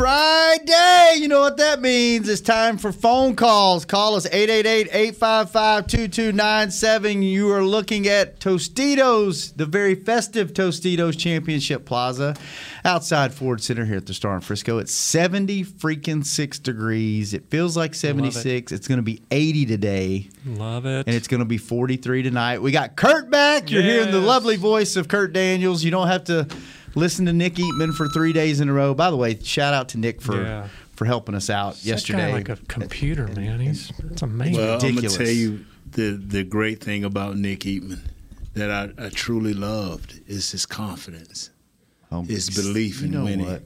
Friday. You know what that means. It's time for phone calls. Call us 888-855-2297. You are looking at Tostitos, the very festive Tostitos Championship Plaza outside Ford Center here at the Star in Frisco. It's 70 freaking 6 degrees. It feels like 76. It's going to be 80 today. Love it. And it's going to be 43 tonight. We got Kurt back. You're hearing the Yes. lovely voice of Kurt Daniels. You don't have to listen to Nick Eatman for three days in a row. By the way, shout out to Nick for Yeah. for helping us out yesterday. like a computer, man. He's it's amazing. Well, ridiculous. I'm gonna tell you the the great thing about Nick Eatman that I, I truly loved is his confidence, Oh, his belief you in know winning. what?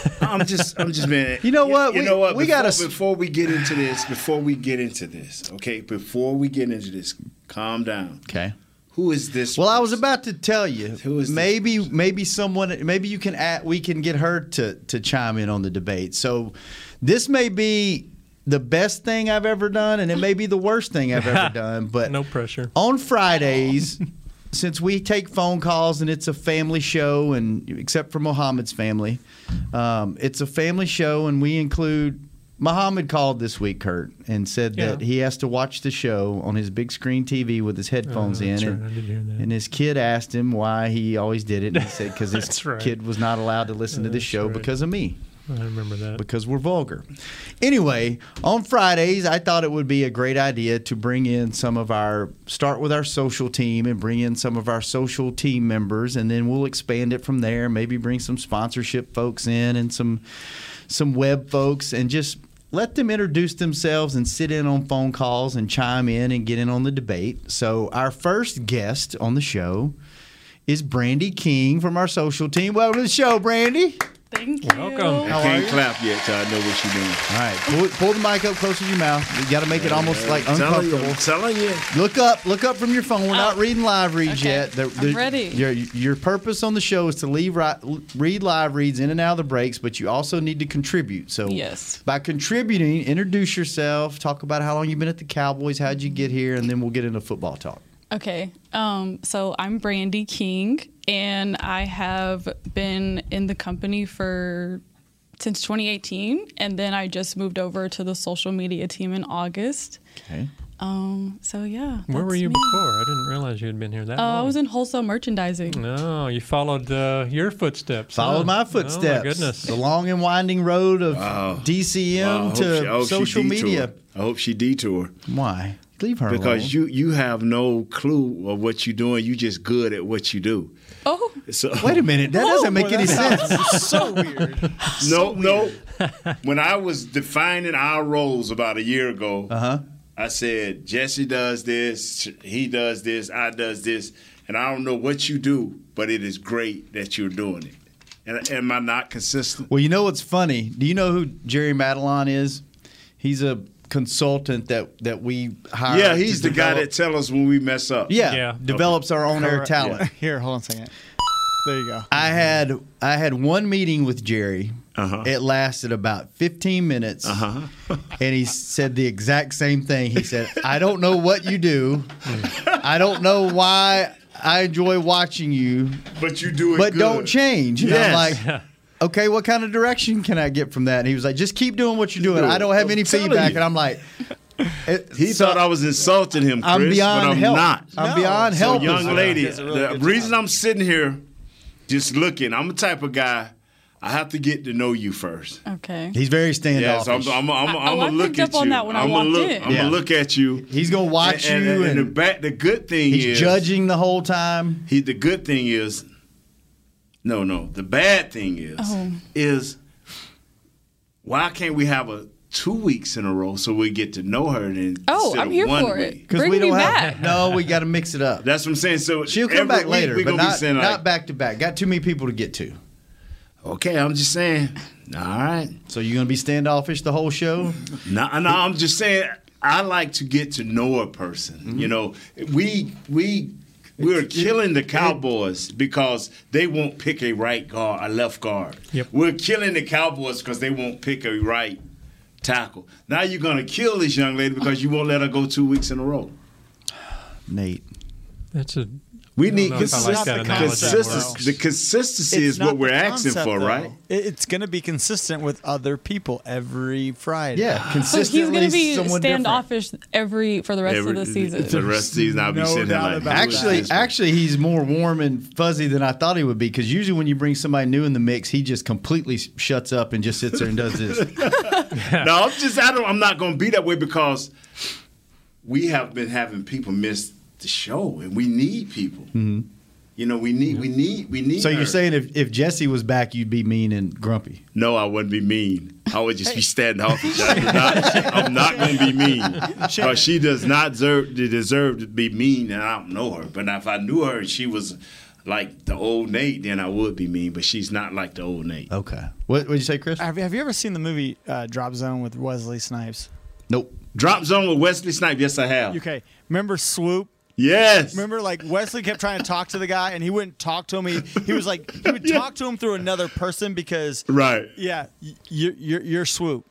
I'm just I'm just being. You know what? You We- know what? we before, gotta s- before we get into this. Before we get into this, okay. Before we get into this, calm down. Okay. Who is this? Well, I person? was about to tell you. Who is this maybe maybe someone maybe you can at, we can get her to to chime in on the debate. So this may be the best thing I've ever done, and it may be the worst thing I've ever done. But No pressure. on Fridays, since we take phone calls and it's a family show, and except for Mohammed's family, um, it's a family show, and we include. Mohammed called this week, Kurt, and said that Yeah. he has to watch the show on his big screen TV with his headphones in. Oh, that's and, right. I did hear that. and his kid asked him why he always did it. And he said, because his That's right. kid was not allowed to listen to the That's show right. because of me I remember that. because we're vulgar. Anyway, on Fridays, I thought it would be a great idea to bring in some of our start with our social team and bring in some of our social team members, and then we'll expand it from there. Maybe bring some sponsorship folks in and some some web folks, and just let them introduce themselves and sit in on phone calls and chime in and get in on the debate. So our first guest on the show. Is Brandy King from our social team? Welcome to the show, Brandy. Thank you. Welcome. I can't clap yet till I know what you're doing. All right, pull, pull the mic up close to your mouth. You got to make it almost like I'm telling you, uncomfortable. I'm telling you. Look up, look up from your phone. We're not Oh. reading live reads Okay. yet. I'm ready. Your, your purpose on the show is to leave right, read live reads in and out of the breaks, but you also need to contribute. So Yes. by contributing, introduce yourself, talk about how long you've been at the Cowboys, how'd you get here, and then we'll get into football talk. Okay. Um, so I'm Brandy King, and I have been in the company for since 2018, and then I just moved over to the social media team in August. Okay. Um, so yeah. Where were that's you me. before? I didn't realize you had been here that Uh, long. I was in wholesale merchandising. No, you followed uh, your footsteps. Follow huh? my footsteps. Oh my goodness. The long and winding road of Well, I DCM hope to she- I hope she social detour. media. I hope she detour. Why? Leave her alone. because you you have no clue of what you're doing. You just good at what you do. Oh, So Wait a minute, that doesn't make any sense. so weird. no no. when I was defining our roles about a year ago, uh-huh. I said Jesse does this, he does this, I does this, and I don't know what you do, but it is great that you're doing it. And am I not consistent? Well, you know what's funny? Do you know who Jerry Madelon is? He's a consultant that that we hired. yeah, to he's the guy develop- that tell us when we mess up. yeah, Yeah. develops our own air Correct. talent. Here, hold on a second. There you go. I had I had one meeting with Jerry. Uh-huh. It lasted about 15 minutes, and he said the exact same thing. He said, "I don't know what you do. I don't know why I enjoy watching you, but you do it. but good. don't change." And I'm Yes. like. Okay, what kind of direction can I get from that? And he was like, just keep doing what you're doing. I don't have I'm any telling feedback. you. And I'm like, it- He so thought I was insulting him, Chris, I'm beyond but I'm help. not. I'm beyond help. young lady. does a really the good reason job. I'm sitting here, just looking, I'm the type of guy. I have to get to know you first. okay. He's very Yeah, standoffish. so I'm, I'm, I'm, I'm, I- oh, I gonna look picked at up on you. that when I I'm gonna walked look. in. I'm Yeah. gonna look at you. He's gonna watch and, you And, and the and- back, the good thing He's is judging the whole time. He, the good thing is, no, no. The bad thing is, Oh. is why can't we have a two weeks in a row so we get to know her? And Oh, instead I'm of here one for it. week? Bring we don't me have. back. No, we got to mix it up. That's what I'm saying. So She'll every come back week later, we but gonna be not, saying like, not back to back. Got too many people to get to. Okay, I'm just saying. All right. So you're gonna be standoffish the whole show? No, no, I'm just saying. I like to get to know a person. Mm-hmm. You know, we we we're killing the Cowboys because they won't pick a right guard, a left guard. Yep. We're killing the Cowboys because they won't pick a right tackle. Now you're gonna kill this young lady because you won't let her go two weeks in a row. Nate. That's a We don't need know if I like consist- that analogy. consistency. The consistency It's is not what we're the asking concept, for, though. right? It- It's going to be consistent with other people every Friday. Yeah, So he's consistently going to be someone different. standoffish every for the rest Every- of the season. The rest of the season, I'll be No sitting there doubt like, about "Who is Actually, this one?" actually, he's more warm and fuzzy than I thought he would be. Because usually, when you bring somebody new in the mix, he just completely s- shuts up and just sits there and does this. Mm-hmm. no, I'm just I don't I'm not gonna be that way because we have been having people miss the show and we need people. You know, we need we need we need so her. you're saying if, if Jesse was back, you'd be mean and grumpy. No, I wouldn't be mean. I would just be standing off each other. I'm not gonna be mean. Because she does not deserve, deserve to be mean and I don't know her. But if I knew her and she was like the old Nate, then I would be mean, but she's not like the old Nate. Okay. What would you say, Chris? Have, have you ever seen the movie uh, Drop Zone with Wesley Snipes? Nope. Drop zone with Wesley Snipe, yes I have. Okay. Remember Swoop? Yes. Remember, like Wesley kept trying to talk to the guy, and he wouldn't talk to him. He, he was like, he would talk to him through another person because, Right. yeah, y- you're you're, you're swoop.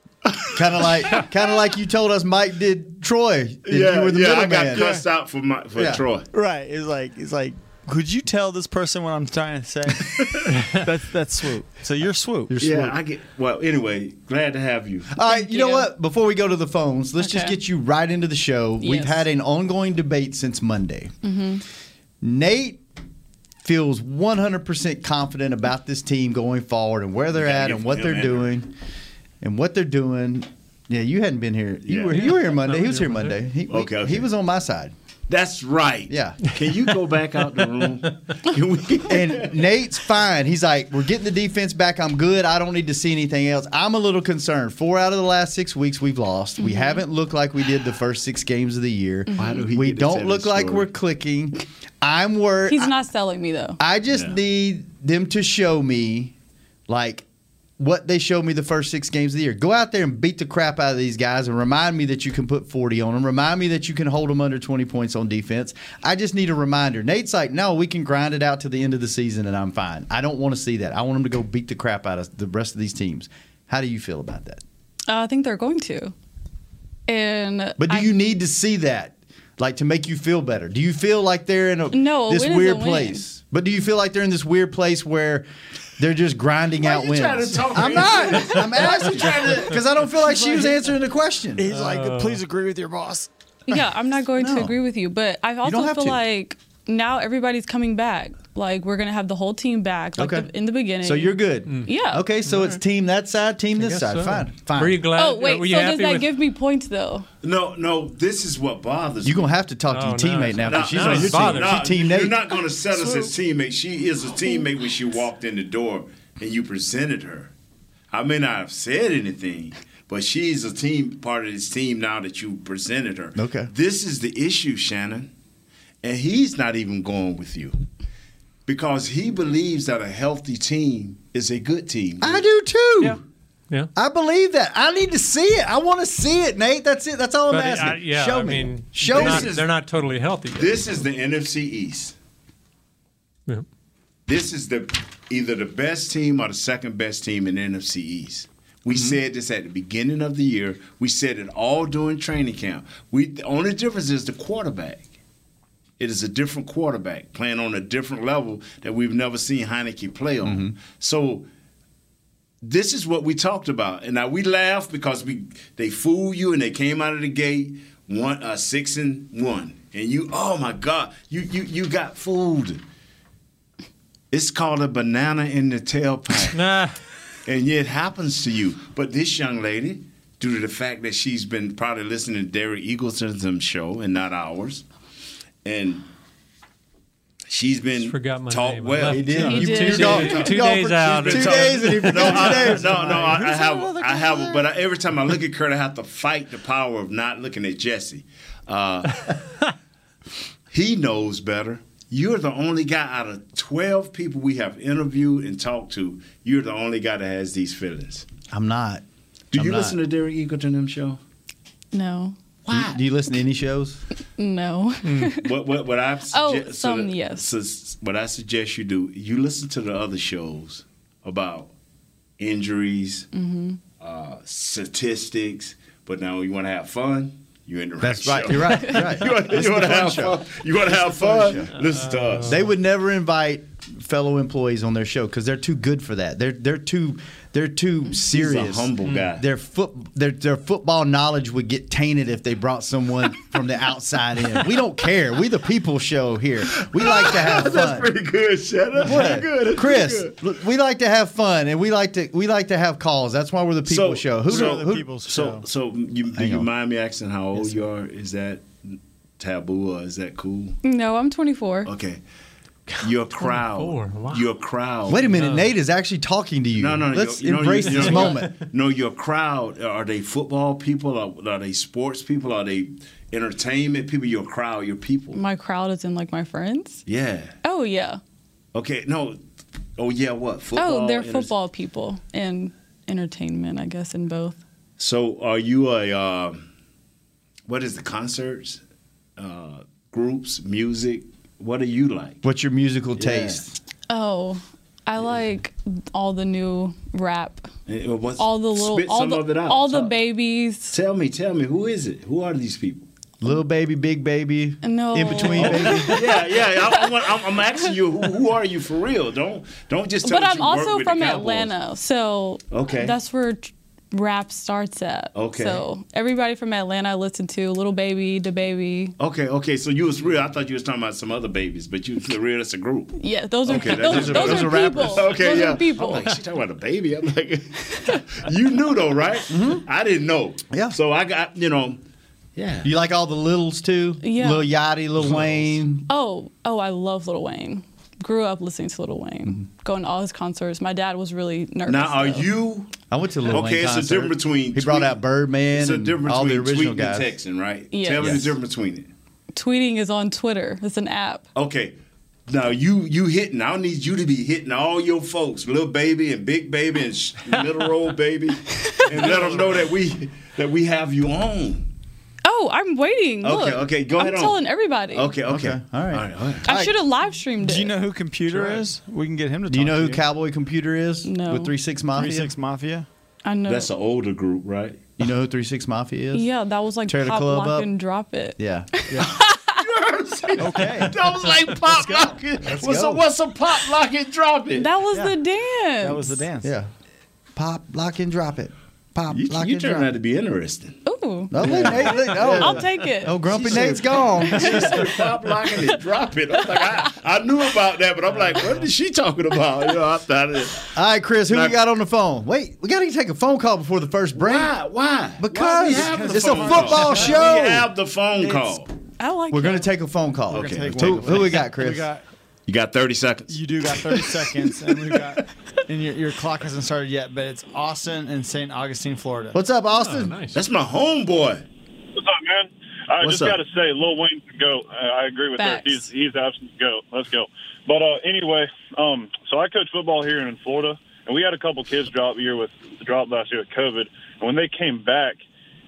Kind of like, kind of like you told us Mike did Troy. and Yeah, you were the yeah, I got middleman. cussed out for my for Yeah. Troy. Right? It's like it's like, could you tell this person what I'm trying to say? that's that's swoop. So you're swoop. You're Yeah, swoop. I get. Well, anyway, glad to have you. All right, you know you. what? Before we go to the phones, let's just Okay. get you right into the show. We've Yes. had an ongoing debate since Monday. Mm-hmm. Nate feels 100% confident about this team going forward and where they're gotta at give and what him they're that. doing and what they're doing. Yeah, you hadn't been here. You Yeah. were you were here Monday. He I was was here here Monday. Monday. He, we- Okay, okay. he was on my side. That's right. Yeah. Can you go back out the room? Can we? And Nate's fine. He's like, we're getting the defense back. I'm good. I don't need to see anything else. I'm a little concerned. Four out of the last six weeks we've lost. We haven't looked like we did the first six games of the year. Mhm. Why do he we get to tell don't his look like story? we're clicking. I'm worried. He's I- not selling me though. I just Yeah. need them to show me, like, what they showed me the first six games of the year. Go out there and beat the crap out of these guys and remind me that you can put 40 on them. Remind me that you can hold them under 20 points on defense. I just need a reminder. Nate's like, no, we can grind it out to the end of the season and I'm fine. I don't want to see that. I want them to go beat the crap out of the rest of these teams. How do you feel about that? Uh, I think they're going to. And But do I- you need to see that? Like to make you feel better. Do you feel like they're in a No, a this win is a weird win. place? But do you feel like they're in this weird place where they're just grinding out you wins? trying to talk I'm me not. I'm actually trying to because I don't feel like she was answering the question. He's Uh. like, please agree with your boss. Yeah, I'm not going No. to agree with you, but I don't also have feel to. like now everybody's coming back. Like we're gonna have the whole team back. Like Okay. the, in the beginning. So you're good. Yeah. Mm-hmm. Okay. So it's team that side, team this Guess side. so. Fine. Fine. Were you glad? Oh wait, were you so happy does that with- give me points though? No, no. This is what bothers you me. gonna have to talk Oh, to your no. teammate now. No, because she's no, on your bothered. team. no, She team Nate. You're not gonna set us as teammates. She is a teammate when she walked in the door and you presented her. I may not have said anything, but she's a team part of this team now that you presented her. Okay. This is the issue, Shannon. And he's not even going with you. Because he believes that a healthy team is a good team. I do too. Yeah. Yeah. I believe that. I need to see it. I want to see it, Nate. That's it. That's all I'm But it- asking. I- yeah, Show I me. mean, Show they're me. Not, is- they're not totally healthy. yet. This is the NFC East. Yeah. This is the either the best team or the second best team in the NFC East. We Mm-hmm. said this at the beginning of the year. We said it all during training camp. We the only difference is the quarterback. It is a different quarterback playing on a different level that we've never seen Heineke play on. Mm-hmm. So this is what we talked about, and now we laugh because we they fool you and they came out of the gate one uh, six and one, and you oh my god you you you got fooled. It's called a banana in the tailpipe, Nah. and it happens to you. But this young lady, due to the fact that she's been probably listening to Derek Eagleton's show and not ours, and she's been Just forgot my taught name. I well. left. He did. He You did. teed off- Two teed off days for- out. Two It's all- days and he No, forgot I, your name. no, no, I, I have, I have, but I, every time I look at Kurt, I have to fight the power of not looking at Jesse. Uh, he knows better. You're the only guy out of 12 people we have interviewed and talked to. You're the only guy that has these feelings. I'm not. Do I'm you not. listen to Derek Eagleton them show? No. Do you, do you listen to any shows? No. Hmm. Mm. what what what I Oh, sugge- some, the- yes. sus- what I suggest you do, you listen to the other shows about injuries, Mm-hmm. uh, statistics, but now you want to have fun. You in the That's right. right. show. You're right. You're right. You want Listen to to the have show. fun. You want to have fun. Listen to us. They would never invite fellow employees on their show because they're too good for that. They're they're too they're too serious. humble Mm. guy. Their foot their their football knowledge would get tainted if they brought someone from the outside in. We don't care. We the people show here. We like to have fun. That's pretty good, Shannon. That's What? pretty good. That's Chris, pretty good. look, we like to have fun and we like to we like to have calls. That's why we're the people show. Who, so, who- so, so you, do Hang you on. mind me asking how old you are? Is that taboo or is that cool? no, I'm 24. Okay. Your crowd. 24, wow. Your Oh, crowd. Wait a minute, Nate is actually talking to you. No, no, no. Let's you- you know, embrace you- you this know, moment. No, your crowd are they football people? Are, are they sports people? Are they entertainment people? Your crowd, your people. My crowd is in like my friends. yeah. Oh yeah. Okay. No. Oh yeah. What football? oh, they're enter- football people and entertainment, I guess, in both. So are you a um, what is the concerts, uh, groups, music? What are you like? What's your musical taste? Oh, I like all the new rap, Eh, What's, all the little, spit all some the, of it out. all the Tell- babies. Tell me, tell me, who is it? Who are these people? Little baby, big baby, No. in between baby. yeah, yeah. I, I want, I'm, I'm asking you, who, who are you for real? Don't don't just. Tell But us I'm you work also with the from Cowboys. Atlanta, so Okay. that's where t- rap starts at. Okay. So everybody from Atlanta I listen to Little Baby, the Baby. Okay, okay. So you was real. I thought you was talking about some other babies, but you the real. That's a group. Yeah, those are Okay, that- those, those are- those those are are rappers. people. Okay, those yeah. are people. I'm like, she talking about a baby. I'm like, you knew though, right? I didn't know. Mm-hmm. Yeah. So I got you know. Yeah. You like all the littles too? Yeah. Lil Yachty, Lil Wayne. Oh, oh, I love Little Wayne. Grew up listening to Little Wayne, going to all his concerts. My dad was really nervous. Now uh, are though. you? I went to Lil Wayne. Okay, it's a concert. difference between He brought tweet- out Birdman It's a and difference all the between original tweeting guys. and texting, right? Yes. Tell me Yes. the difference between it. tweeting is on Twitter? It's an app. Okay. Now you you hitting. I need you to be hitting all your folks, little baby and big baby and sh- little old baby, and let them know that we that we have you on. Oh, I'm waiting. Okay, Look, okay, go I'm ahead on. telling everybody. Okay, okay, Okay, all right. all right. I should have live streamed it. Do you know who Computer is? We can get him to. Do you talk know to who Cowboy Computer is? No. With Three Six Mafia. Three Six Mafia? I know. That's an older group, right? You know who Three Six Mafia is? yeah, that was like Tear the pop, club lock, up. and drop it. Yeah. Okay. I was like pop locking. What's go. a what's a pop locking? Drop it. That was the dance. That was the dance. yeah. Pop, lock, and drop it. Pop, you lock, you and turned drop out it. to be interesting. Ooh, Oh, look, Nate, look, oh. I'll take it. Oh, Grumpy She said- Nate's gone. pop locking and drop it. I'm like, I, I knew about that, but I'm like, what is she talking about? You know, I thought it. All right, Chris, who Now- we got on the phone? Wait, we got to take a phone call before the first break. Why? Why? Why Because we have the it's a phone football call? show. We have the phone call. I like. We're going that. to take a phone call. Okay. Take Who, one. who we got, Chris? We got. You got 30 seconds. You do got 30 seconds, and we got. And your, your clock hasn't started yet, but it's Austin and St. Augustine, Florida. What's up, Oh, Austin? nice. That's my homeboy. What's up, man? I What's just up? got to say, Lil Wayne can go. I, I agree with Facts. that. He's he's absent. Go, let's go. But uh, anyway, um, so I coach football here in Florida, and we had a couple kids drop year with drop last year with COVID. And when they came back,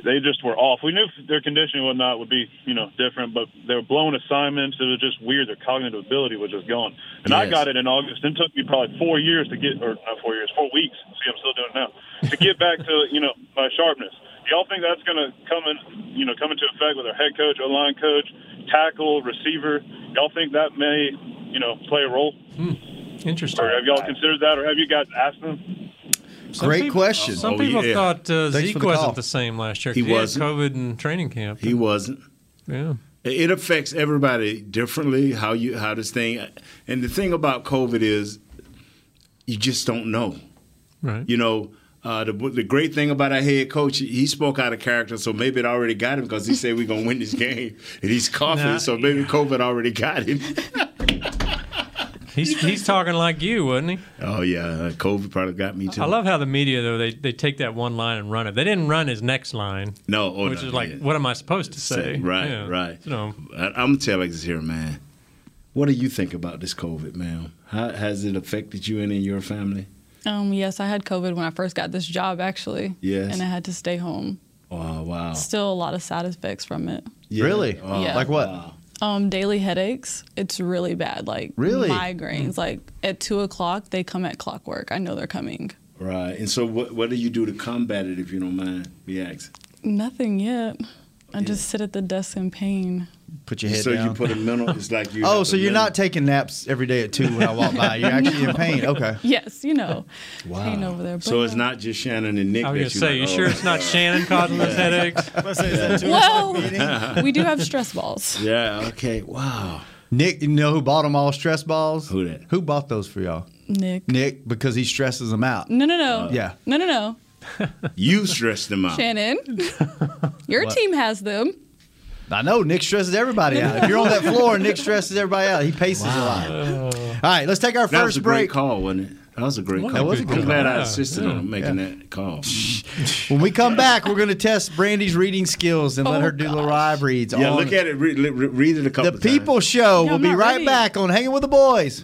they just were off. We knew their conditioning and whatnot would be you know different, but they were blowing assignments. It was just weird. Their cognitive ability was just gone. And I Yes. got it in August. It took me probably four years to get, or not four years, four weeks. See, I'm still doing it now to get back to you know my sharpness. Do y'all think that's going to come in, you know, come into effect with our head coach, O line coach, tackle, receiver? Y'all think that may, you know, play a role? Interesting. Or have y'all considered that, or have you guys asked them? Some Great people- question. Some Oh, people yeah. thought uh, Thanks for Zeke the wasn't call. the same last year. 'cause He had wasn't. COVID in training camp. He wasn't. yeah. It affects everybody differently how you how this thing. And the thing about COVID is, you just don't know. Right. You know, uh, the the great thing about our head coach, he spoke out of character, so maybe it already got him because he said we're gonna win this game, and he's coughing, Nah, so maybe COVID already got him. He's he's talking like you, wasn't he? oh yeah, uh, COVID probably got me too. I love how the media though they, they take that one line and run it. They didn't run his next line, no, oh, which no, is like, yeah. what am I supposed to say? Right, Yeah. right. You know, I, I'm telling you this here, man. What do you think about this COVID, ma'am? How has it affected you and in your family? Um, yes, I had COVID when I first got this job, actually. Yes. And I had to stay home. Oh wow! Still a lot of side effects from it. Really? Oh, Yeah. Like what? Um, daily headaches. It's really bad. Like Really? migraines. Like at two o'clock, they come at clockwork. I know they're coming. Right. And so, what what do you do to combat it, if you don't mind me asking? Nothing yet. I just sit at the desk in pain. Put your head so down. you put a mental. It's like you. oh, have so a you're mental- not taking naps every day at two when I walk by. You're actually in pain. Okay. Yes, you know. Uh. Wow. Pain over there. But So it's not just Shannon and Nick. I was that gonna say, like, you oh, sure it's not Shannon causing those headaches? well, we do have stress balls. Yeah. Okay. Wow. Nick, you know who bought them all stress balls? Who that? Who bought those for y'all? Nick. Nick, because he stresses them out. No, no, no. yeah. No, no, no. Uh, You stressed them out. Shannon, your What? team has them. I know Nick stresses everybody out. If you're on that floor, Nick stresses everybody out. He paces a lot. All right, let's take our That was first a great break. call, wasn't it? That was a great That call. was a good I'm glad call. I insisted Yeah. on making that call. When we come back, we're going to test Brandy's reading skills and let Oh, her do little live reads. yeah, on look at it. Re- re- read it a couple The People Show. Yeah, we'll I'm be not right ready. back on Hanging with the Boys.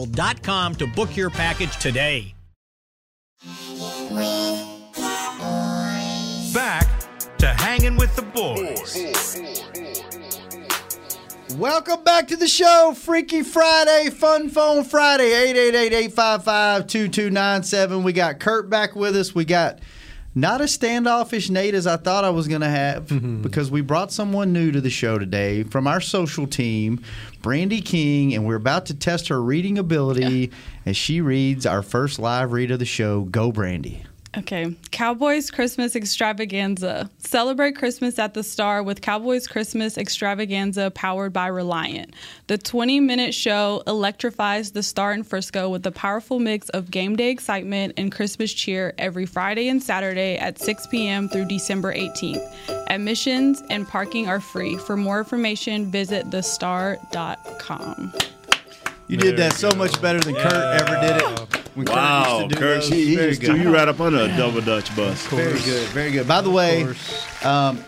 to book your package today. Back to Hanging with the Boys. Welcome back to the show, Freaky Friday, Fun Phone Friday, 888-855-2297. We got Kurt back with us. We got not as standoffish Nate as I thought I was going to have because we brought someone new to the show today from our social team, Brandy King, and we're about to test her reading ability as she reads our first live read of the show. Go, Brandy. Okay. Cowboys Christmas Extravaganza. Celebrate Christmas at the Star with Cowboys Christmas Extravaganza powered by Reliant. The 20 minute show electrifies the Star in Frisco with a powerful mix of game day excitement and Christmas cheer every Friday and Saturday at 6 p.m. through December 18th. Admissions and parking are free. For more information, visit thestar.com. You did that so much better than Kurt ever did it. When Kurt Wow, used to do Kirk, those. he, he Very just good. threw you right up under a double Dutch bus. Very good, very good. By the way, um,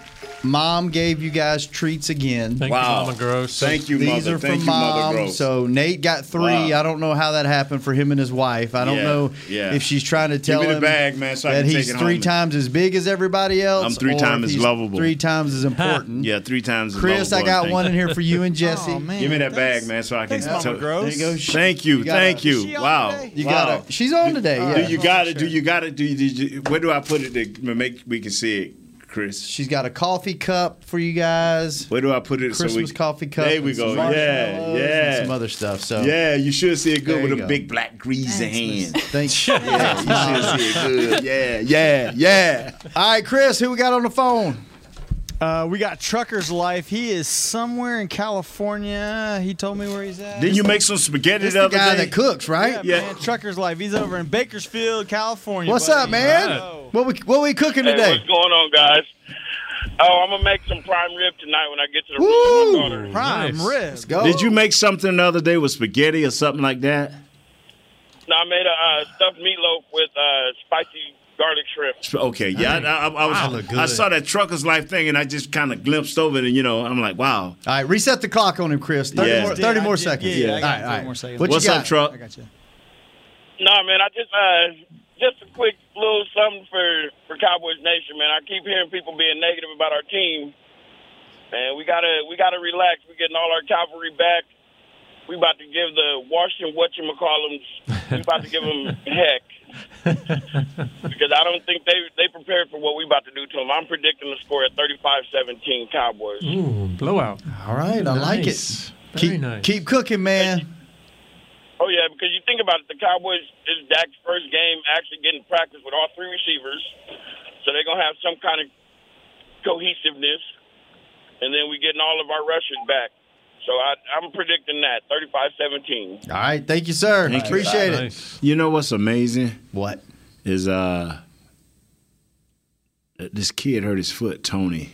mom gave you guys treats again. Thank you, Wow. Mama Gross. Thank you, These Mother. are Thank from you, Mother mom. Gross. So Nate got three. Wow. I don't know how that happened for him and his wife. I don't Yeah, know yeah. if she's trying to Give tell me the him bag, man, so I that can take he's it three home. times as big as everybody else. I'm three or times if as he's lovable. Three times as important. yeah, three times. as Chris, I lovable, got think. one in here for you and Jesse. Give me that bag, man, so I can. Thanks, Mama so- Gross. There you go. She- Thank you, you got thank a- you. Is she on Wow, today? You wow. got a- she's on today, Do, yeah. do you got it? Do you got it? Do you, do you- Where do I put it to make we can see it? Chris. She's got a coffee cup for you guys. Where do I put it? Christmas so we, coffee cup. There we and go. some Yeah, marshmallows yeah. and some other stuff. So yeah, you should see it There good with you a go. big black greasy hand. Thank you. Yeah, you should see it good. Yeah, yeah, yeah. All right, Chris, who we got on the phone? Uh, we got Trucker's Life. He is somewhere in California. He told me where he's at. Did you make some spaghetti This the other day? Yeah, man. Trucker's Life. He's over in Bakersfield, California. What's buddy. up, man? What we what we cooking Hey, today? what's going on, guys? Oh, I'm gonna make some prime rib tonight when I get to the room. with my daughter. Prime nice. rib. Let's Did you make something the other day with spaghetti or something like that? No, I made a uh, stuffed meatloaf with uh, spicy garlic shrimp. Okay, yeah, I, I, I was. Wow, look good. I saw that trucker's life thing, and I just kind of glimpsed over it, and you know, I'm like, wow. All right, reset the clock on him, Chris. Thirty Yeah. more, 30 I more did, seconds. yeah, I all got right, all 30 right. more seconds. What you What's up, got? Truck? No, man, I just uh, just a quick little something for for Cowboys Nation, man. I keep hearing people being negative about our team, and we gotta we gotta relax. We're getting all our cavalry back. We about to give the Washington whatchamacallums, we about to give them heck. because I don't think they they prepared for what we about to do to them. I'm predicting the score at 35-17 Cowboys. Ooh, blowout. All right, I like it. Very keep, nice. Keep cooking, man. Oh yeah, because you think about it, the Cowboys this is Dak's first game actually getting practice with all three receivers, so they're gonna have some kind of cohesiveness, and then we getting all of our rushers back. So I, I'm predicting that 35-17. All right, thank you, sir. Appreciate it. You know what's amazing? What is uh this kid hurt his foot, Tony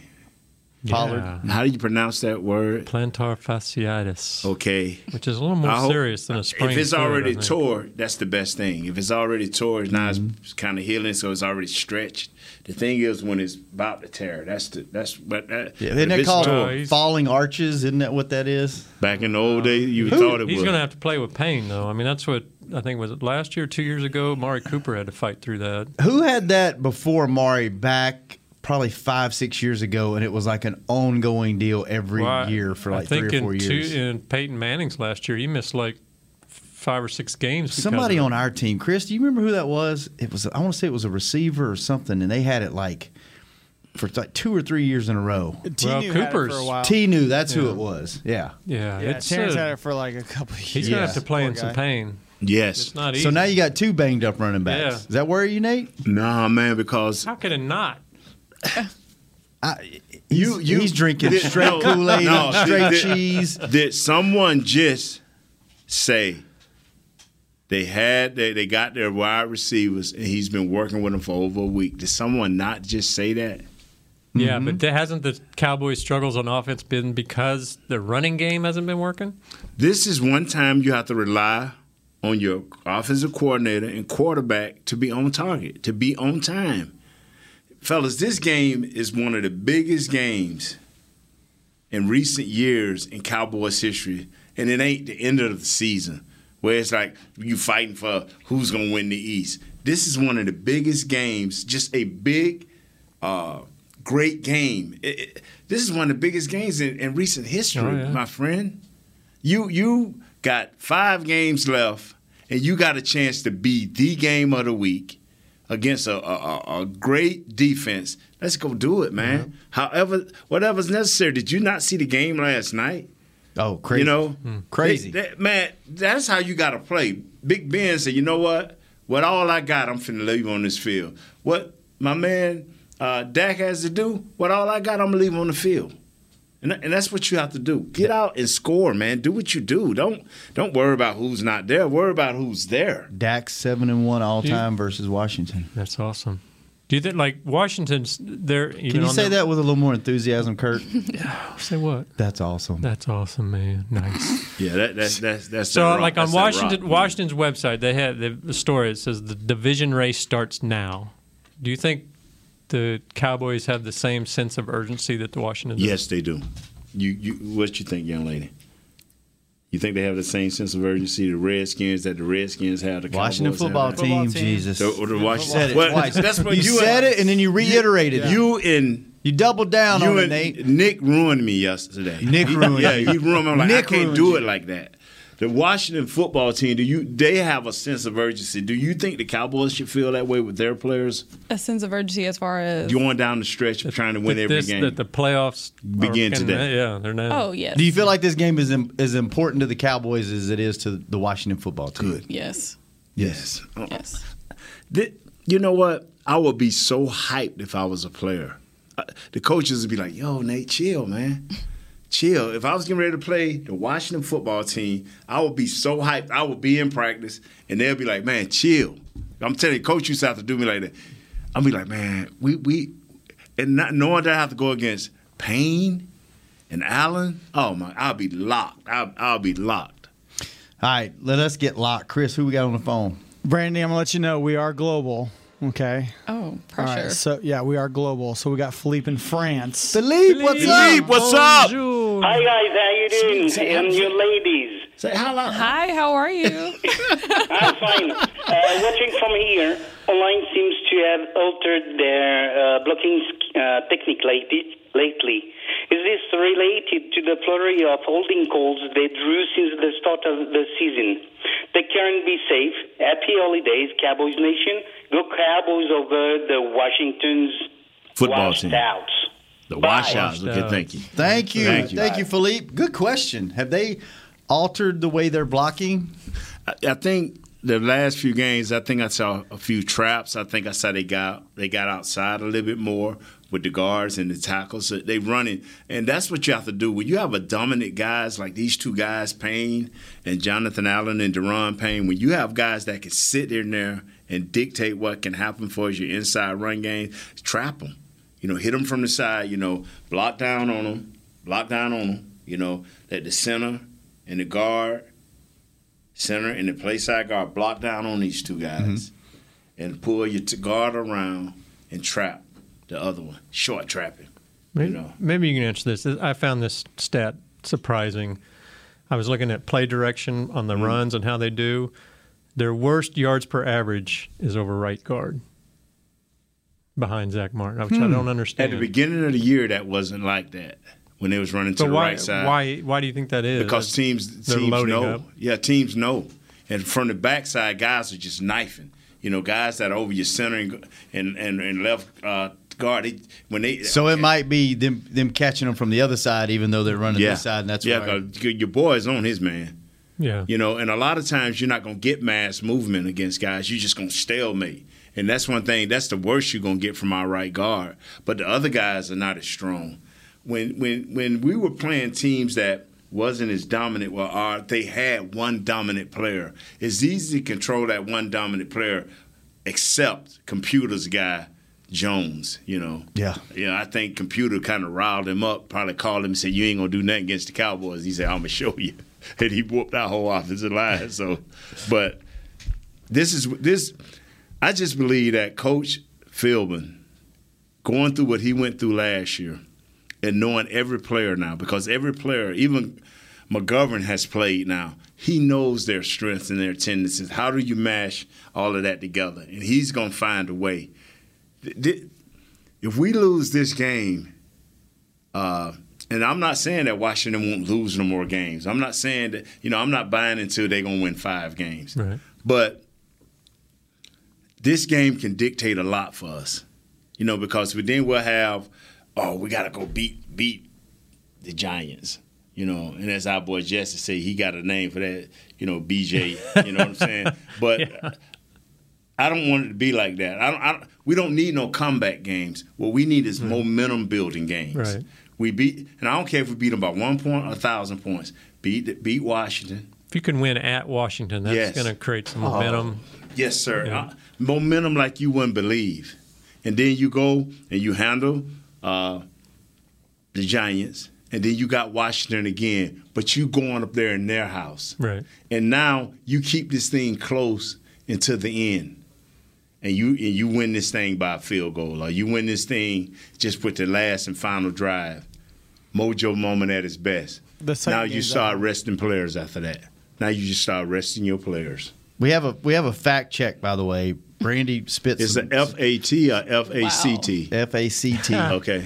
Pollard. How do you pronounce that word? Plantar fasciitis. Okay, which is a little more I hope- serious than a sprained If it's foot, I already think. Mm-hmm. tore, that's the best thing. If it's already tore, it's now it's kind of healing, so it's already stretched. The thing is when it's about to tear. That's the that's but that, Yeah, but isn't if that it's called tore- falling arches? Isn't that what that is? Back in the Uh, old days, you Who- thought it He's was. going to have to play with pain, though. I mean, that's what I think was it last year, two years ago. Mari Cooper had to fight through that. Who had that before Mari back probably five, six years ago, and it was like an ongoing deal every Well, I- year for I like think three or four in years. Two, in Peyton Manning's last year, he missed like five or six games. because Somebody of it. on our team, Chris, do you remember who that was? It was I want to say it was a receiver or something, and they had it like for like two or three years in a row. Well, New had it for a Cooper's- while. T knew that's who Yeah. it was. Yeah. Yeah, Yeah, it's, Terrence uh, had it for like a couple of years. He's gonna have to play Poor in some guy. pain. Yes. It's not easy. So now you got two banged up running backs. Yeah. Is that where you, Nate? Nah, man, because How could it not? you you he's drinking Did- straight no, Kool Aid, no, straight did- cheese. Did someone just say they had they, they got their wide receivers and he's been working with them for over a week? Did someone not just say that? Yeah, Mm-hmm. but there- hasn't the Cowboys' struggles on offense been because the running game hasn't been working? This is one time you have to rely on your offensive coordinator and quarterback to be on target, to be on time. Fellas, this game is one of the biggest games in recent years in Cowboys history, and it ain't the end of the season where it's like you fighting for who's gonna win the East. This is one of the biggest games, just a big, uh, great game. It- it- this is one of the biggest games in, in recent history, Oh, yeah. my friend. You you got five games left, and you got a chance to be the game of the week against a, a, a- a great defense. Let's go do it, man. However, whatever's necessary. Did you not see the game last night? Oh, crazy. You know, Crazy. They- they- man, that's how you got to play. Big Ben said, "You know what? With all I got, I'm finna leave on this field. What my man uh, Dak has to do? With all I got, I'm gonna leave on the field." And, tha- and that's what you have to do. Get out and score, man. Do what you do. Don't don't worry about who's not there. Worry about who's there. Dax seven and one all time versus Washington. That's awesome. Do you think like Washington's? They're even Can you on say their- that with a little more enthusiasm, Kurt? Say what? That's awesome. That's awesome, man. Nice. Yeah, that, that's that's that's So, that rock. like on That's that rock. Washington, Washington's website, they had the the story. It says the division race starts now. Do you think the Cowboys have the same sense of urgency that the Washington? does? Yes, they do. You, you, what you think, young lady? You think they have the same sense of urgency the Redskins that the Redskins have? The Washington Cowboys have? football team, Jesus. The, or the You Washington. said it Well, twice. That's what you, you, said it, and then you reiterated it. You and you doubled down you on it, and Nate. Nick ruined me yesterday. Nick He- ruined Yeah, you. he ruined me. I'm like, Nick I can't ruined do you. it like that. the Washington football team, do you they have a sense of urgency? Do you think the Cowboys should feel that way with their players a sense of urgency as far as going down the stretch of trying to win that every this- game? that the playoffs begin are- and today. that- yeah, they're now. Oh yes. Do you feel like this game is im- as important to the Cowboys as it is to the Washington football team? Good. yes. Yes. Yes. Th- Uh, you know what? I would be so hyped if I was a player. Uh, the coaches would be like, "Yo, Nate, chill, man, chill." If I was getting ready to play the Washington football team, I would be so hyped. I would be in practice, and they'll be like, "Man, chill." I'm telling you, coach used to have to do me like that. I'll be like, "Man, we we," and not knowing that I have to go against Payne and Allen. Oh my, I'll be locked. I'll, I'll be locked. All right, let us get locked. Chris, who we got on the phone? Brandy, I'm gonna let you know we are global. Okay. Oh, All pressure. right, so yeah, we are global. So we got Philippe in France. Philippe, what's Philippe, up? what's up? Hi guys, how you doing? and your ladies. Say hello. Hi, how are you? I'm fine. Uh, watching from here, online seems to have altered their uh, blocking uh, technique lately. Lately, is this related to the flurry of holding calls they drew since the start of the season? They can be safe. Happy holidays, Cowboys Nation. Go Cowboys over the Washington's Football washed team. outs. The washouts. Okay, thank you. Thank you. Thank Thank you. you, Philippe. Good question. Have they altered the way they're blocking? I, I think the last few games, I think I saw a few traps. I think I saw they got they got outside a little bit more with the guards and the tackles. So they running, and that's what you have to do when you have a dominant guys like these two guys, Payne and Jonathan Allen and Deron Payne. When you have guys that can sit in there and dictate what can happen for your inside run game, trap them. You know, hit them from the side. You know, block down on them, block down on them. You know, let the center and the guard center and the play side guard block down on these two guys Mm-hmm. and pull your t- guard around and trap the other one. Short trapping. Maybe, maybe you can answer this. I found this stat surprising. I was looking at play direction on the Mm-hmm. Mm. runs and how they do. Their worst yards per average is over right guard behind Zach Martin, which I Hmm. don't understand. At the beginning of the year, that wasn't like that when they was running to But the why- right side. why- why do you think that is? Because teams They're teams loading know. up. Yeah, teams know. And from the backside, guys are just knifing. You know, guys that are over your center and and and, and left uh, guard. They, when they So it might be them them catching them from the other side, even though they're running yeah. this side, and that's yeah, why. 'cause your boy's on his man. Yeah. You know, and a lot of times you're not going to get mass movement against guys. You're just going to stalemate. And that's one thing, that's the worst you're going to get from our right guard. But the other guys are not as strong. When when when we were playing teams that wasn't as dominant well our they had one dominant player. It's easy to control that one dominant player except computers guy Jones, you know. Yeah. Yeah, I think computer kind of riled him up. Probably called him and said, "You ain't gonna do nothing against the Cowboys." He said, "I'm gonna show you," and he whooped our whole offensive line. So, but this is this. I just believe that Coach Philbin, going through what he went through last year, and knowing every player now, because every player, even McGovern has played now. He knows their strengths and their tendencies. How do you mash all of that together? And he's gonna find a way. Th- th- if we lose this game, uh, and I'm not saying that Washington won't lose no more games. I'm not saying that, you know, I'm not buying into they're going to win five games. Right. But this game can dictate a lot for us, you know, because we then we'll have, oh, we got to go beat beat the Giants, you know, and as our boy Jesse said, he got a name for that, you know, BJ, you know what I'm saying? But I don't want it to be like that. I don't, I don't, we don't need no comeback games. What we need is momentum building games. Right. We beat, and I don't care if we beat them by one point or a thousand points. Beat beat Washington. if you can win at Washington, that's Yes. going to create some Oh. momentum. Yes, sir. Yeah. Uh, momentum like you wouldn't believe. And then you go and you handle uh, the Giants, and then you got Washington again, but you going up there in their house. Oh. Right. And now you keep this thing close until the end. And you and you win this thing by a field goal, or you win this thing just with the last and final drive. Mojo moment at its best. The second Now you game's start resting players after that. Now you just start resting your players. We have a we have a fact check, by the way, Brandy spits. Is some- the F A T or F A C T? F A C T. Okay.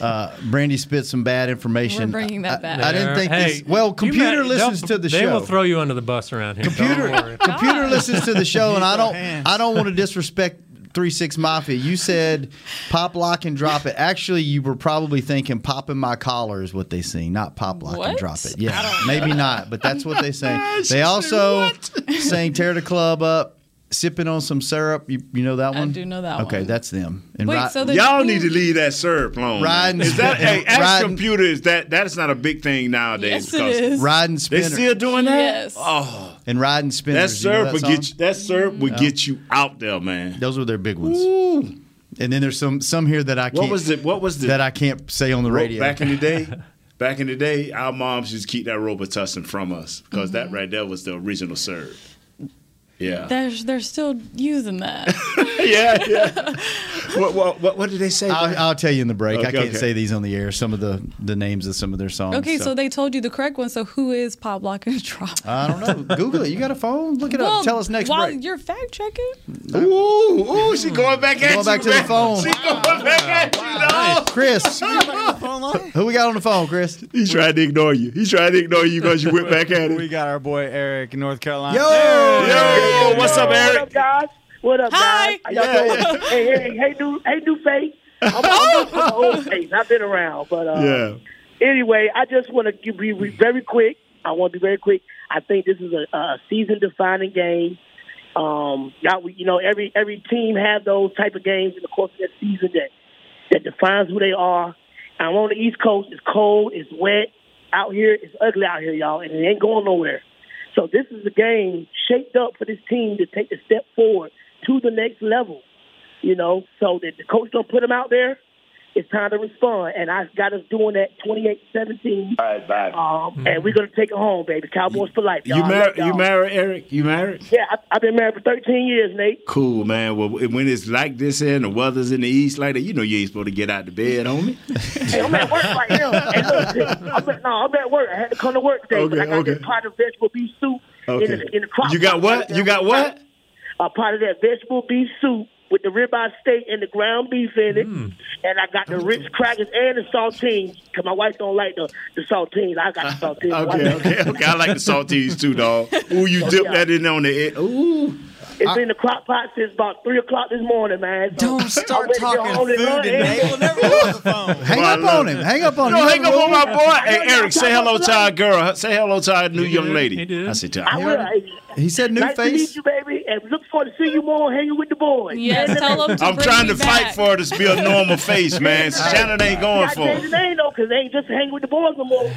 Uh, Brandy spit some bad information. We're bringing that I- back. I, didn't think Hey, this. Well, you computer might- listens they'll- to the they show. will throw you under the bus around here. Computer, computer listens to the show, and I don't. I don't want to disrespect Three Six Mafia. You said pop lock and drop it. Actually, you were probably thinking popping my collar is what they sing, not pop lock and What? drop it. Yeah, maybe not, but that's what they sing. they also sang tear the club up. Sipping on some syrup, you, you know that one. do know that Okay, one. that's them. Wait, ri- so Y'all need to leave that syrup alone. Riding- is that hey, ask riding- computer is that that is not a big thing nowadays. Yes, it is. Riding They spinner. still doing that? Yes. Oh, and riding spinners. that you know syrup would get you, song? that syrup would No. get you out there, man. Those were their big ones. And then there's some some here that I can't. What was it? What was the that I can't say on the Ro- radio? Back in the day, back in the day, our moms used to keep that Robitussin from us because that Mm-hmm. right there was the original syrup. Yeah. They're, they're still using that. yeah, yeah. What, what, what, what did they say? I'll, I'll tell you in the break. I Okay, can't okay. say these on the air. Some of the the names of some of their Um, songs. okay, so. they told you the correct one. So who is Pop Lock and Drop? I don't know. Google it. You got a phone? Look it Well, up. Tell us next While break. you're fact checking, Ooh, ooh, she going back at Going you, back to the man. phone. She going back at you, dog. Chris, who we got on the phone, Chris? He tried to ignore you. He tried to ignore you because you went back at him. We got our boy Eric in North Carolina. Yo! Yo, what's up, Eric? What up, guys? What up, Hi. guys? Y'all Yeah, doing? Hey, hey, hey, new, hey, new face. I'm, I'm, I'm an old face. I've been around, but uh, Yeah. anyway, I just want to be be very quick. I want to be very quick. I think this is a, a season-defining game. Um, y'all, we- you know, every every team have those type of games in the course of their season that that defines who they are. I'm on the East Coast. It's cold. It's wet out here. It's ugly out here, y'all, and it ain't going nowhere. So this is a game shaped up for this team to take a step forward to the next level. You know, so that the coach don't put them out there. It's time to respond, and I got us doing that 28-17. All right, bye. Um, And we're gonna take it home, baby. Cowboys for life. You y'all. I married? love y'all. You married, Eric? You married? Yeah, I, I've been married for 13 years, Nate. Cool, man. Well, when it's like this here and the weather's in the east like that, you know you ain't supposed to get out to bed, homie. Hey, I'm at work right now. Hey, look, I'm at, no, I'm at work. I had to come to work today, but I got Okay, this pot of vegetable beef soup in Okay. the in the crock You got pot what? right there. You got what? A pot of that vegetable beef soup with the ribeye steak and the ground beef in it, Mm. and I got the Ritz crackers and the saltines. Cause my wife don't like the the saltines. I got the saltines. Okay, okay, okay. I like the saltines too, dog. Ooh, you dip that in on the egg. Ooh. It's been in the crock pot since about three o'clock this morning, man. Don't start talking food Hang Boy, I up love on him. it. Hang up on No, him. hang up on my boy. Hey, Eric, say hello to our girl. Say hello to our new young lady. I said to I will. her. Hey, He said new nice face. to meet you, baby, and look forward to seeing you more hanging with the boys. Yes, tell them to I'm bring trying me to fight back. for her to be a normal face, man. Shannon ain't going I for changed it. the name though, because they ain't just hanging with the boys no more.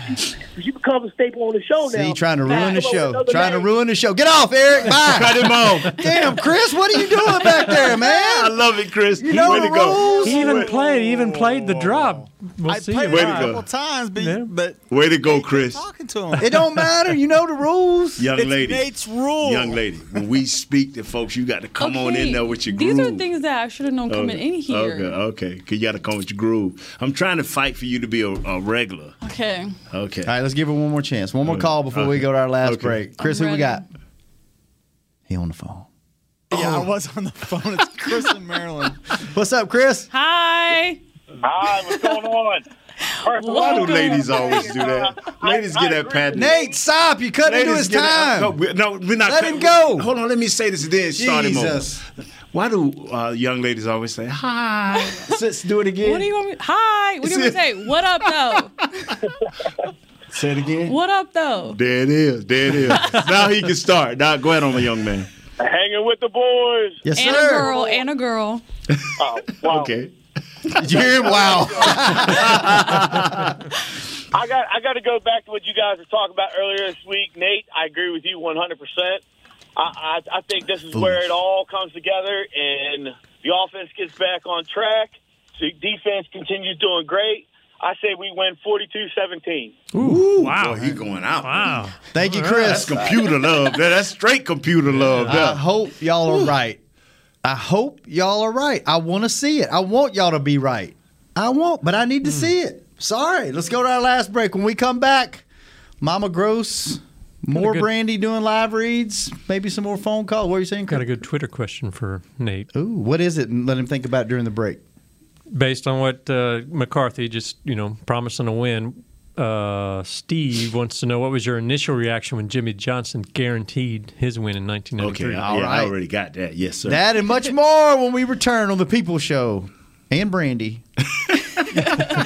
You become a staple on the show now. See, trying to Nah, ruin the come up with show. another Trying to name. ruin the show. Get off, Eric. Bye. Cut him off. Damn, Chris, what are you doing back there, man? I love it, Chris. You know Way the to go. rules. He even played. He even played the drop. We'll I see. played Way it to a go. couple times, but, but Way to go, Chris. talking to him. It don't matter. You know the rules. Young It's lady. Nate's rule. Young lady. When we speak to folks, you got to come on in Okay, there with your groove. These are things that I should have known coming in here. Okay, okay. 'Cause you got to come with your groove. I'm trying to fight for you to be a, a regular. Okay. Okay. All right, let's give her one more chance. One more call before we Okay. go to our last Okay. break. Chris, who we got? He on the phone. Yeah, I was on the phone. It's Chris in Maryland. Oh. What's up, Chris? Hi. Hi, what's going on? Oh, Why do ladies always do that? Ladies get that patent. Nate, stop. You cut into Ladies his get that- time. No, we- no, we're not. Let him go. Hold on, let me say this and then start him over. Jesus. Why do uh, young ladies always say, hi? Hi. Let's do it again. What do you want me? Hi. What do you want me to say? What up though? Say it again. What up though? There it is. There it is. now he can start. Now go ahead on my young man. Hanging with the boys. and a girl. And a girl. Okay. Did you hear him? Wow. I got I got to go back to what you guys were talking about earlier this week, Nate. I agree with you 100. percent I, I I think this is where it all comes together, and the offense gets back on track. The defense continues doing great. I say we win 42-17. Ooh, wow. Boy, he going out. Wow. Thank you, That's Chris. computer love. That- That's straight computer love. I there. hope y'all are right. I hope y'all are right. I want to see it. I want y'all to be right. I want, but I need Hmm. to see it. Sorry. Let's go to our last break. When we come back, Mama Gross More good- Brandy doing live reads, maybe some more phone calls. What are you saying? Got a good Twitter question for Nate. Ooh, what is it? And Let him think about it during the break. based on what uh, McCarthy just you know promising a win, uh, Steve wants to know what was your initial reaction when Jimmy Johnson guaranteed his win in 1993. Okay, all Yeah, I right. already got that. Yes, That and much more when we return on the People Show and Brandy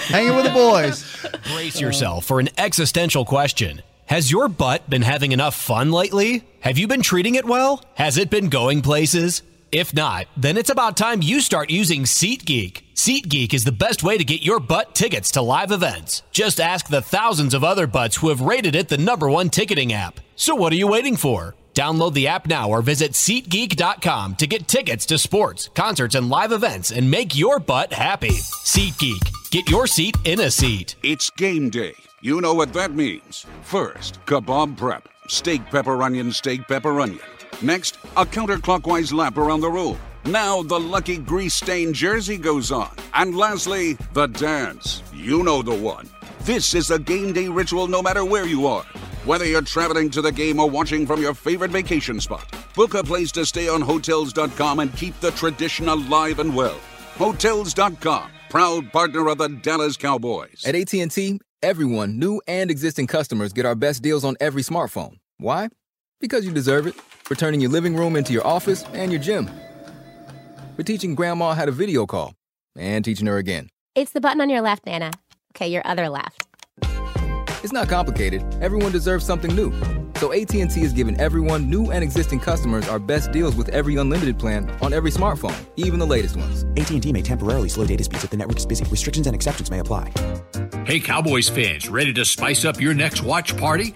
hanging with the boys. Brace yourself for an existential question. Has your butt been having enough fun lately? Have you been treating it well? Has it been going places? If not, then it's about time you start using SeatGeek. SeatGeek is the best way to get your butt tickets to live events. Just ask the thousands of other butts who have rated it the number one ticketing app. So what are you waiting for? Download the app now or visit SeatGeek.com to get tickets to sports, concerts, and live events and make your butt happy. SeatGeek. Get your seat in a seat. It's game day. You know what that means. First, kebab prep. Steak, pepper, onion, steak, pepper, onion. Next, a counterclockwise lap around the room. Now, the lucky grease stained jersey goes on. And lastly, the dance. You know the one. This is a game day ritual no matter where you are. Whether you're traveling to the game or watching from your favorite vacation spot, book a place to stay on Hotels.com and keep the tradition alive and well. Hotels.com, proud partner of the Dallas Cowboys. At AT&T, everyone, new and existing customers get our best deals on every smartphone. Why? Because you deserve it. For turning your living room into your office and your gym. For teaching grandma how to video call and teaching her again. It's the button on your left, Nana. Okay, your other left. It's not complicated. Everyone deserves something new. So AT&T is giving everyone, new and existing customers, our best deals with every unlimited plan on every smartphone, even the latest ones. AT&T may temporarily slow data speeds if the network is busy. Restrictions and exceptions may apply. Hey, Cowboys fans, ready to spice up your next watch party?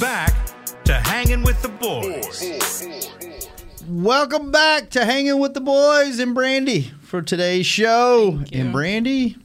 Back to hanging with the boys. Welcome back to Hanging with the Boys and Brandy for today's show. And Brandy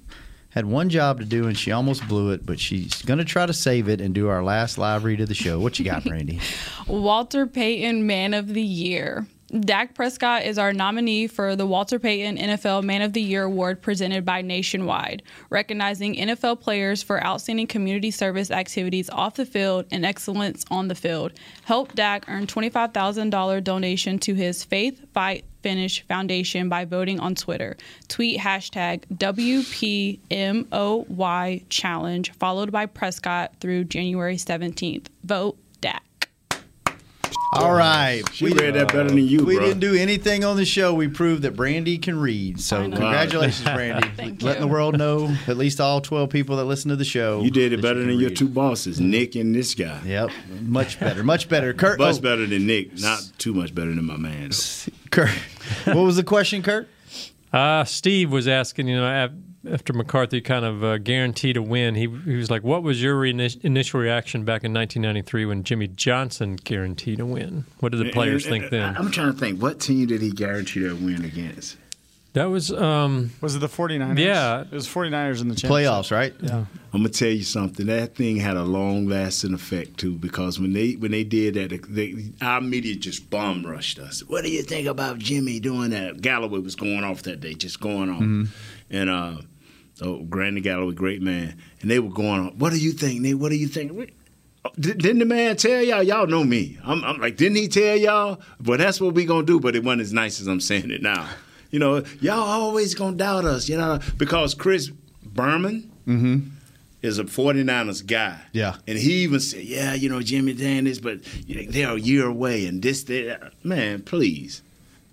had one job to do and she almost blew it, but she's going to try to save it and do our last live read of the show. What you got, Brandy? Walter Payton Man of the Year. Dak Prescott is our nominee for the Walter Payton NFL Man of the Year Award presented by Nationwide, recognizing NFL players for outstanding community service activities off the field and excellence on the field. Help Dak earn $25,000 donation to his Faith Fight Finish Foundation by voting on Twitter. Tweet hashtag WPMOY Challenge, followed by Prescott through January 17th. Vote Dak. All right. She read that better than you, We bro. didn't do anything on the show. We proved that Brandy can read. So congratulations, Brandy. Thank Letting the world know, at least all 12 people that listen to the show. You did it better than your two bosses, Nick and this guy. Yep, much better, much better. Kurt, much oh. better than Nick, not too much better than my man. Kurt, what was the question, Kurt? Uh, Steve was asking, you know, af- after McCarthy kind of uh, guaranteed a win, he, he was like, "What was your re- initial reaction back in 1993 when Jimmy Johnson guaranteed a win? What did the players And- and- think then?" I'm trying to think. What team did he guarantee their win against? That was um was it the 49ers? Yeah. It was 49ers in the championship. Playoffs, right? Yeah. I'm gonna tell you something. That thing had a long lasting effect too, because when they when they did that, they, our media just bomb rushed us. What do you think about Jimmy doing that? Galloway was going off that day, just going off, Mm-hmm. Mhm. and uh, oh, Granny Galloway, great man, and they were going on. What do you think, Nate? What do you think? We- oh, di- Didn't the man tell y'all? Y'all know me. I'm, I'm like, didn't he tell y'all? Well, that's what we gonna do. But it wasn't as nice as I'm saying it now. You know, y'all always gonna doubt us. You know, because Chris Berman Mm-hmm. is a 49ers guy. Yeah. And he even said, yeah, you know, Jimmy Dennis, but they're a year away and this, that. Man, please.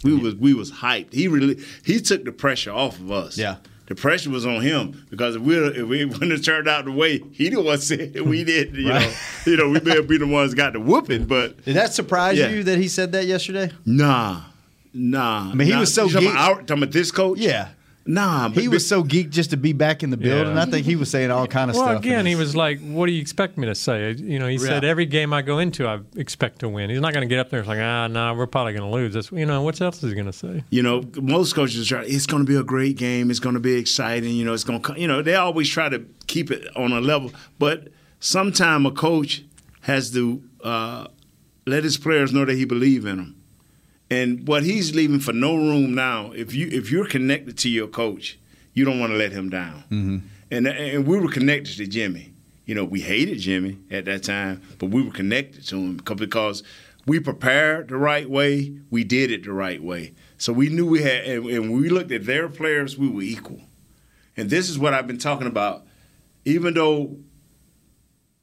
We was we was hyped. He really he took the pressure off of us. Yeah. The pressure was on him because if we if we wouldn't have turned out the way he the one said we did, you know, you know, we may have been the ones got the whooping, but Did that surprise Yeah. you that he said that yesterday? Nah, nah. I mean, he was so you talking geek- about, our, talking about this coach. Yeah, Nah, he was so geeked just to be back in the building. I think he was saying all kind of well, stuff. again, he was like, "What do you expect me to say?" You know, he said Yeah. every game I go into, I expect to win. He's not going to get up there and say, "Ah, nah, we're probably going to lose this." You know, what else is he going to say? You know, most coaches try. It's going to be a great game. It's going to be exciting. You know, it's going to. You know, they always try to keep it on a level. But sometime a coach has to uh, let his players know that he believes in them. And what he's leaving for no room now. If you if you're connected to your coach, you don't want to let him down. Mm-hmm. And and we were connected to Jimmy. You know, we hated Jimmy at that time, but we were connected to him co- because we prepared the right way. We did it the right way. So we knew we had, and, and when we looked at their players, we were equal. And this is what I've been talking about. Even though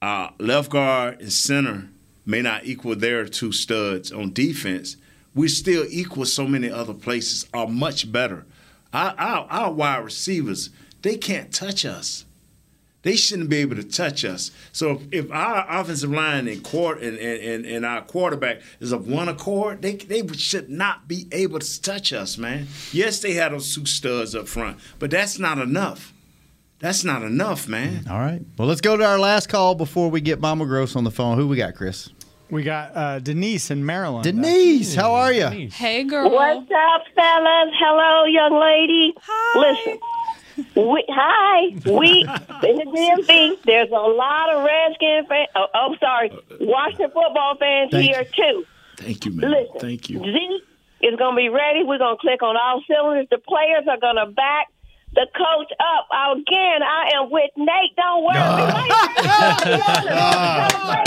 uh, left guard and center may not equal their two studs on defense, we still equal so many other places are much better. Our, our, our wide receivers, they can't touch us. They shouldn't be able to touch us. So if, if our offensive line and, court, and, and, and, and our quarterback is of one accord, they, they should not be able to touch us, man. Yes, they had those two studs up front, but that's not enough. That's not enough, man. All right. Well, let's go to our last call before we get Mama Gross on the phone. Who we got, Chris? We got uh, Denise in Maryland. Denise, how are you? Hey, girl. What's up, fellas? Hello, young lady. Hi. Listen. We, hi. We in the DMV. There's a lot of Redskin fans. Oh, oh, sorry, Washington football fans Thank here too. Thank you, man. Listen, Thank you. Zeke is going to be ready. We're going to click on all cylinders. The players are going to back the coach up. Again, I am with Nate. Don't worry. Ah.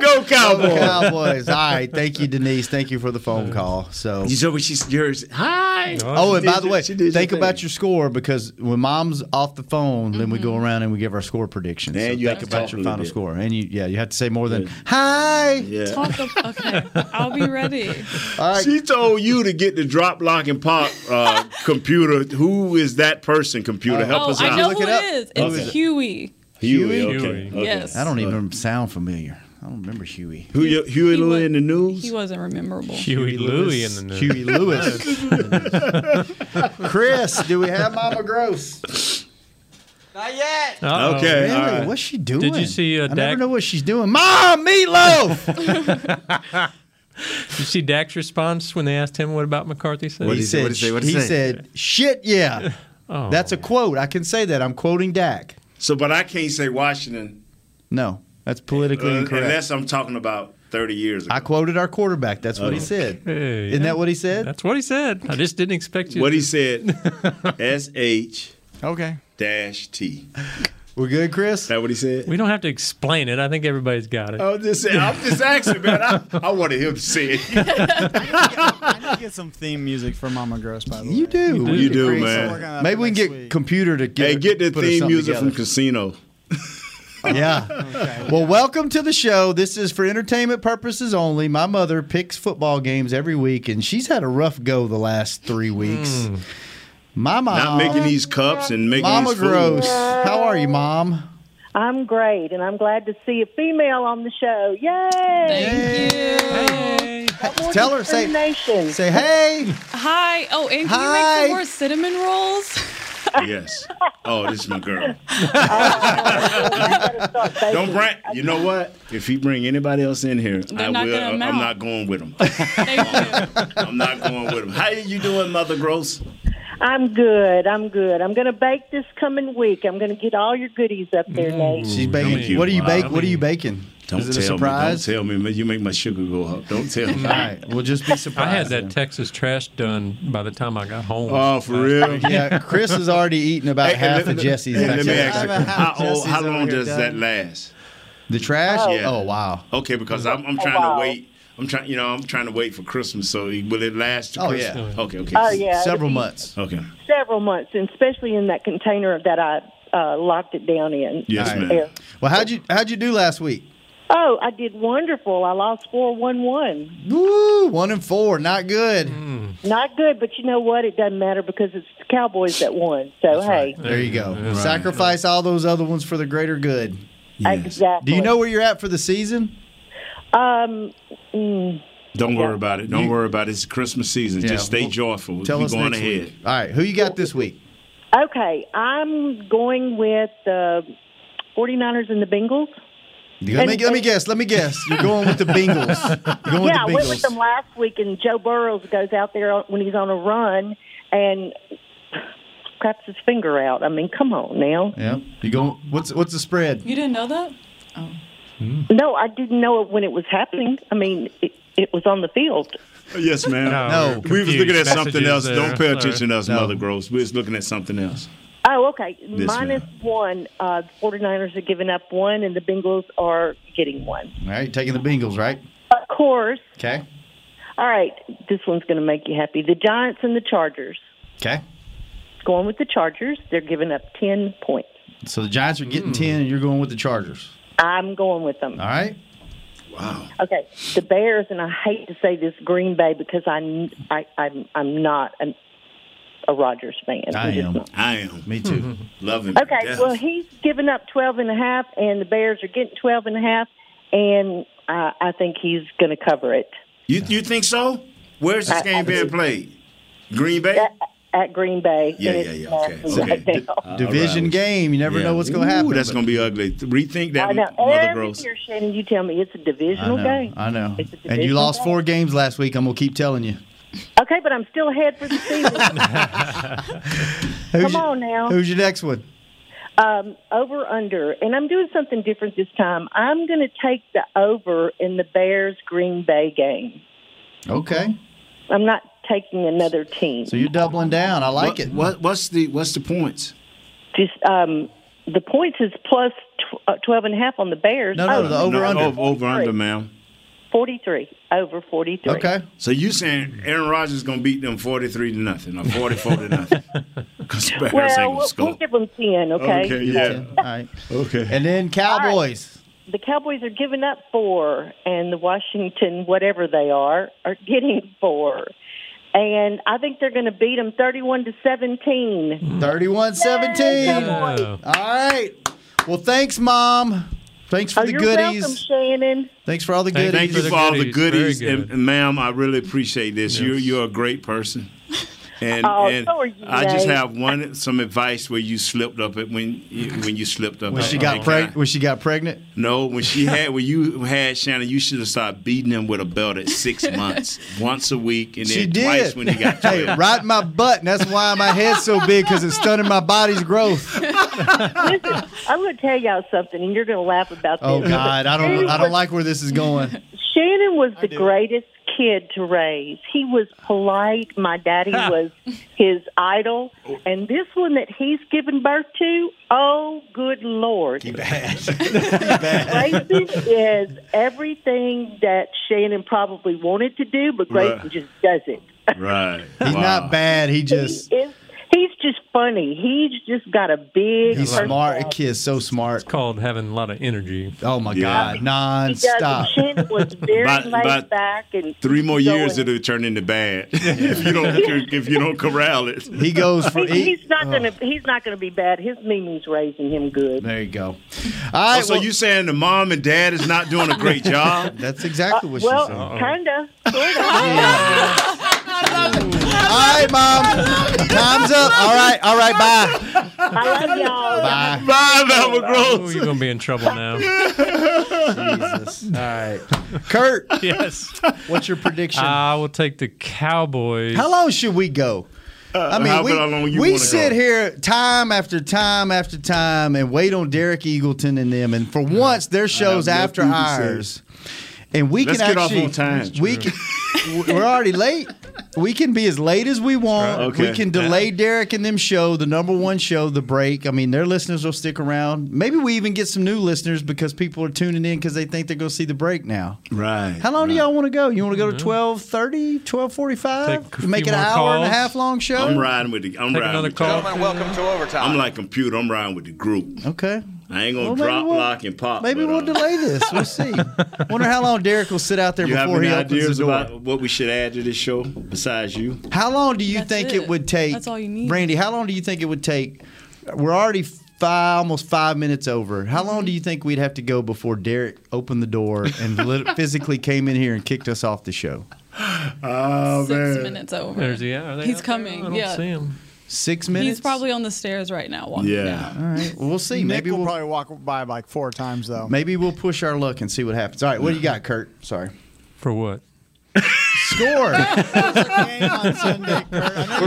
Go Cowboys! Cowboys. All right. Thank you, Denise. Thank you for the phone call. So You saw what she's yours. Hi. Oh, and She by did the your- way, she did your think thing. about your score because when mom's off the phone, then we go Mm-hmm. around and we give our score predictions. And so you have think to about talk a your little final bit. score, and you yeah, you have to say more than hi. Yeah. okay, I'll be ready. She told you to get the drop, lock, and pop uh, computer. Who is that person? Computer, help oh, us out. I know who it is. It's Okay. Huey. Huey. Huey? Okay. Huey. Yes. I don't even sound familiar. I don't remember Huey. Who you- Huey He Lewis wa- in the news? He wasn't rememberable. Huey Louie in the news. Huey Lewis. Chris, do we have Mama Gross? Not yet. Uh-oh. Okay, Really? all right. What's she doing? Did you see uh, I Dak? never know what she's doing. Mom, meatloaf. Did you see Dak's response when they asked him what about McCarthy said? he said, he said, shit, yeah. Oh. That's a quote. I can say that. I'm quoting Dak. So, but I can't say Washington No, that's politically uh, incorrect. unless I'm talking about 30 years ago. I quoted our quarterback. That's what he Oh. said. Hey. Isn't that what he said? That's what he said. I just didn't expect you. What to- he said, S H okay dash T. We're good, Chris. That what he said? We don't have to explain it. I think everybody's got it. I was just saying, I'm just asking, man. I, I wanted him to say it. I get some theme music for Mama Gross, by the way. You do. You do, You do, man. So we're gonna- Maybe we can get computer to get hey, get the put us theme something music together. from Casino. Yeah. Well, welcome to the show. This is for entertainment purposes only. My mother picks football games every week, and she's had a rough go the last three weeks. My mom, Not making these cups and making Mama these food. Gross. How are you, Mom? I'm great, and I'm glad to see a female on the show. Yay! Thank you. Tell her, say- nation. Say hey. Hi. Oh, and can you Hi. make some more cinnamon rolls? Yes. Oh, this is my girl. Don't bring. You know what? If he bring anybody else in here, They're I not will. gonna I'm mount. not going with him. I'm not going with him. How you doing, Mother Gross? I'm good. I'm good. I'm going to bake this coming week. I'm going to get all your goodies up Mm. there, Nate. She's baking. you. what do you Wow. bake? What are you baking? Don't is it tell a surprise? me. Don't tell me. man. You make my sugar go up. Don't tell me. All right. We'll just be I surprised. had that Texas trash done by the time I got home. Oh, for real? yeah, Chris has already eaten about Hey, and half let- of Jesse's. Hey, let me vegetables. ask you, how, old, how long Jesse's over here does done. that last? The trash? Yeah. Oh wow. Okay, because I'm, I'm Oh, trying wow. to wait. I'm trying, you know, I'm trying to wait for Christmas. So will it last? To Oh, Christmas? yeah. Okay. Okay. Oh, yeah, Several it'll be- months. Okay. Several months, and especially in that container that I uh, locked it down in. Yes, There. ma'am. Well, how'd you how'd you do last week? Oh, I did wonderful. I lost four one one. Woo, one and four, not good. Not good, but you know what? It doesn't matter because it's the Cowboys that won. So hey, There you go. Sacrifice all those other ones for the greater good. exactly. Do you know where you're at for the season? Um, mm, Don't worry about it. Don't worry about it. It's Christmas season. Yeah, Just stay well, joyful. Tell We're us going next ahead. week. All right, who you got this week? Okay, I'm going with the 49ers and the Bengals. Let me, And- let me guess. Let me guess. You're going with the Bengals. You're going yeah, I with went the with Bengals. them last week, and Joe Burrows goes out there on- when he's on a run and craps his finger out. I mean, come on now. Yeah. You going? What's what's the spread? You didn't know that? Oh. No, I didn't know it when it was happening. I mean, it, it was on the field. Yes, ma'am. No, we're we was looking at confused. something else. Messages Don't pay there. attention to us, No. Mother Gross. We was looking at something else. Oh, okay. Yes, Minus one. Uh, the 49ers are giving up one, and the Bengals are getting one. All right, taking the Bengals, right? Of course. Okay. All right. This one's going to make you happy. The Giants and the Chargers. Okay. Going with the Chargers. They're giving up 10 points. So the Giants are getting ten, and you're going with the Chargers. I'm going with them. All right. Okay, the Bears, and I hate to say this, Green Bay, because I'm I, I'm I'm not an, a Rogers fan. I I'm just am. not. I am. Me too. Love him. Okay, well he's giving up twelve and a half, and the Bears are getting twelve and a half, and I, I think he's going to cover it You you think so? Where's this I- I game being do. played? Green Bay. at Green Bay. Yeah, and yeah, it's yeah, okay, nasty okay. right D- now. Division game. You never know what's going to Ooh, happen. That's but- going to be ugly. Rethink I that, know. Mother Every Gross. year, Shannon, you tell me it's a I divisional know. game. I know. It's a And you divisional lost game. four games last week. I'm going to keep telling you. Okay, but I'm still ahead for the season. Who's Come your- on now. Who's your next one? Um, over under, and I'm doing something different this time. I'm going to take the over in the Bears Green Bay game. Okay. I'm not taking another team. So you're doubling down. I like What- it. What what's the what's the points? Just um, the points is plus tw- uh, twelve and a half on the Bears. Oh, Over, over under, ma'am. forty-three over forty-three. So you saying Aaron Rodgers is going to beat them forty three to nothing or forty four to nothing? Because Bears ain't Well, going to we'll, score. we'll give them ten. Okay. Okay, yeah. All right. Okay. And then Cowboys. The Cowboys are giving up four, and the Washington, whatever they are, are getting four. And I think they're going to beat them thirty-one to seventeen. 31 17. All right. Well, thanks, Mom. Thanks for oh, the you're goodies. welcome, Shannon. Thanks for all the Thank, goodies. you for all the goodies, and, and ma'am. I really appreciate this. You're Yes. you're a great person. And, Oh, and so are you, I just Dave. have one some advice where you slipped up it when you, when you slipped up. When she it. got And preg- when she got pregnant, No, when she had when you had Shannon, you should have started beating him with a belt at six months, once a week, and then she did. twice when he got hey, twelve. right in my butt, and that's why my head's so big because it's stunning my body's growth. Listen, I'm going to tell y'all something, and you're going to laugh about this. Oh God, I don't, Shannon I was- don't like where this is going. Shannon was the greatest kid to raise. He was polite. My daddy was his idol, and this one that he's given birth to, oh good lord! Grayson is everything that Shannon probably wanted to do, but Grayson Right. just does it. Right. He's not bad. He just, He is, he's just funny. He's just got a big. he's personality. smart. That kid's so smart. It's called having a lot of energy. Oh my Yeah. God, He does. non-stop. Shannon was very About- laid about back and Three more easygoing. years, it'll turn into bad if you don't if you don't corral it. He goes for Oh. He- he's not gonna. He's not gonna be bad. His Mimi's raising him good. There you go. All right, Oh, so you saying the mom and dad is not doing a great job? That's exactly what Uh, well, kinda. Sorta. All right, mom. Time's up. All right, all right. Bye. I love y'all. Bye. Bye, Mama Gross. you're going to be in trouble now. Jesus. All right. Kurt. Yes. What's your prediction? I will take the Cowboys. How long should we go? I mean, how we, long you we wanna sit go? here time after time after time and wait on Derek Eagleton and them, and for once their shows after nothing to say. ours, and we Let's can get off actually on time. we can, we're already late. We can be as late as we want. That's right. We Okay. can delay Derek and them show the number one show, the break. I mean, their listeners will stick around. Maybe we even get some new listeners because people are tuning in because they think they're going to see the break now. Right. How long do y'all want to go? You want to go to 1230, Take 1245? a Make it few an more hour and a calls. half long show? I'm riding with the. I'm riding with the- welcome to overtime. I'm like computer. I'm riding with the group. Okay. I ain't gonna Well, maybe drop, we'll- lock, and pop. Maybe we'll delay this. We'll see. Wonder how long Derek will sit out there you have before any he opens the ideas door. about what we should add to this show besides you? How long do you think it. it. would take? That's all you need. Randy, how long do you think it would take? We're already five, almost five minutes over. How long do you think we'd have to go before Derek opened the door and lit, physically came in here and kicked us off the show? Oh, Six man. minutes over. There's the- yeah, He's coming. yeah. Six He's minutes. probably on the stairs right now. Walking down. All right. Well, we'll see. Nick maybe will we'll probably walk by like four times though. maybe we'll push our luck and see what happens. All right. What do you got, Kurt? Sorry. For what? Score. We're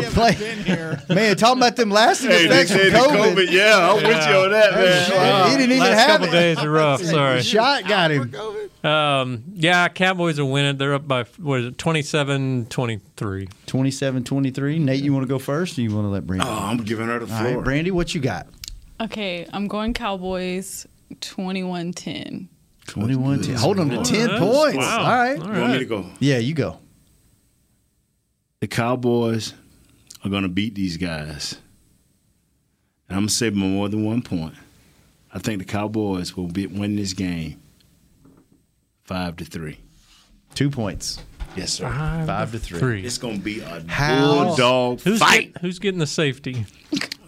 playing. Man, talking about them lasting Hey, they effects from said the COVID. COVID, yeah, I'm with you on that, Oh, man. shit. Wow. He didn't even Last have couple it. days are rough. Sorry. Shot got him. Um, yeah, Cowboys are winning. They're up by what is it, 27 23. 27 23. Nate, you want to go first or you want to let Brandy? Oh, I'm giving her the All right, floor. Brandy, what you got? Okay, I'm going Cowboys 21 10. 21 10. Hold them to Wow. 10 points. Wow. All right. All You want me to go? Yeah, you go. The Cowboys are going to beat these guys. And I'm going to say by more than one point. I think the Cowboys will be, win this game five to three. Two points. Yes, sir. Five Five to to three. three. It's going to be a How- bulldog Who's fight. get- who's getting the safety?